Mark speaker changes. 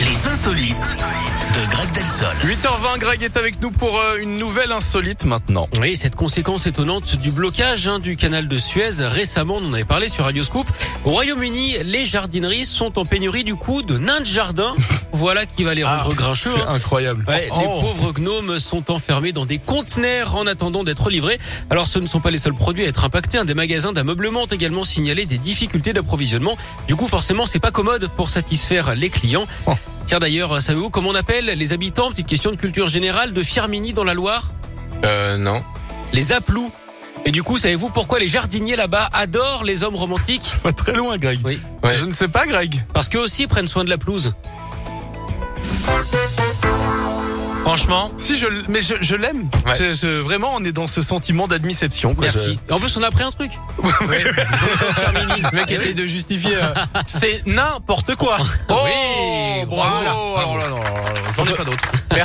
Speaker 1: L'insolite de Greg Delsol.
Speaker 2: 8h20, Greg est avec nous pour euh, une nouvelle insolite maintenant.
Speaker 3: Oui, cette conséquence étonnante du blocage hein, du canal de Suez, récemment on en avait parlé sur Radio Scoop, au Royaume-Uni, les jardineries sont en pénurie du coup de nains de jardin. Voilà qui va les rendre grincheux.
Speaker 2: C'est
Speaker 3: hein.
Speaker 2: incroyable.
Speaker 3: Ouais, Les
Speaker 2: Oh.
Speaker 3: pauvres gnomes sont enfermés dans des conteneurs en attendant d'être livrés. Alors ce ne sont pas les seuls produits à être impactés. hein. Des magasins d'ameublement ont également signalé des difficultés d'approvisionnement. Du coup forcément c'est pas commode pour satisfaire les clients.
Speaker 2: Oh.
Speaker 3: Tiens d'ailleurs, savez-vous comment on appelle les habitants, petite question de culture générale, de Firmini dans la Loire
Speaker 2: Euh, non.
Speaker 3: les aplous. Et du coup, savez-vous pourquoi les jardiniers là-bas adorent les hommes romantiques
Speaker 2: Pas très loin, Greg.
Speaker 3: Oui.
Speaker 2: Ouais. Je ne sais pas, Greg.
Speaker 3: Parce qu'eux aussi prennent soin de la pelouse. Franchement,
Speaker 2: Si, je, l- mais je, je l'aime.
Speaker 4: Ouais.
Speaker 2: Je- je- vraiment, on est dans ce sentiment d'admiception. quoi.
Speaker 3: merci. En plus, on a appris un truc.
Speaker 4: Le
Speaker 2: Ah,
Speaker 4: mec essaye de justifier. euh, c'est n'importe quoi.
Speaker 2: Je- eh Oh,
Speaker 3: Oui,
Speaker 2: bravo.
Speaker 4: voilà.
Speaker 2: Alors là, non, j'en ai pas d'autres.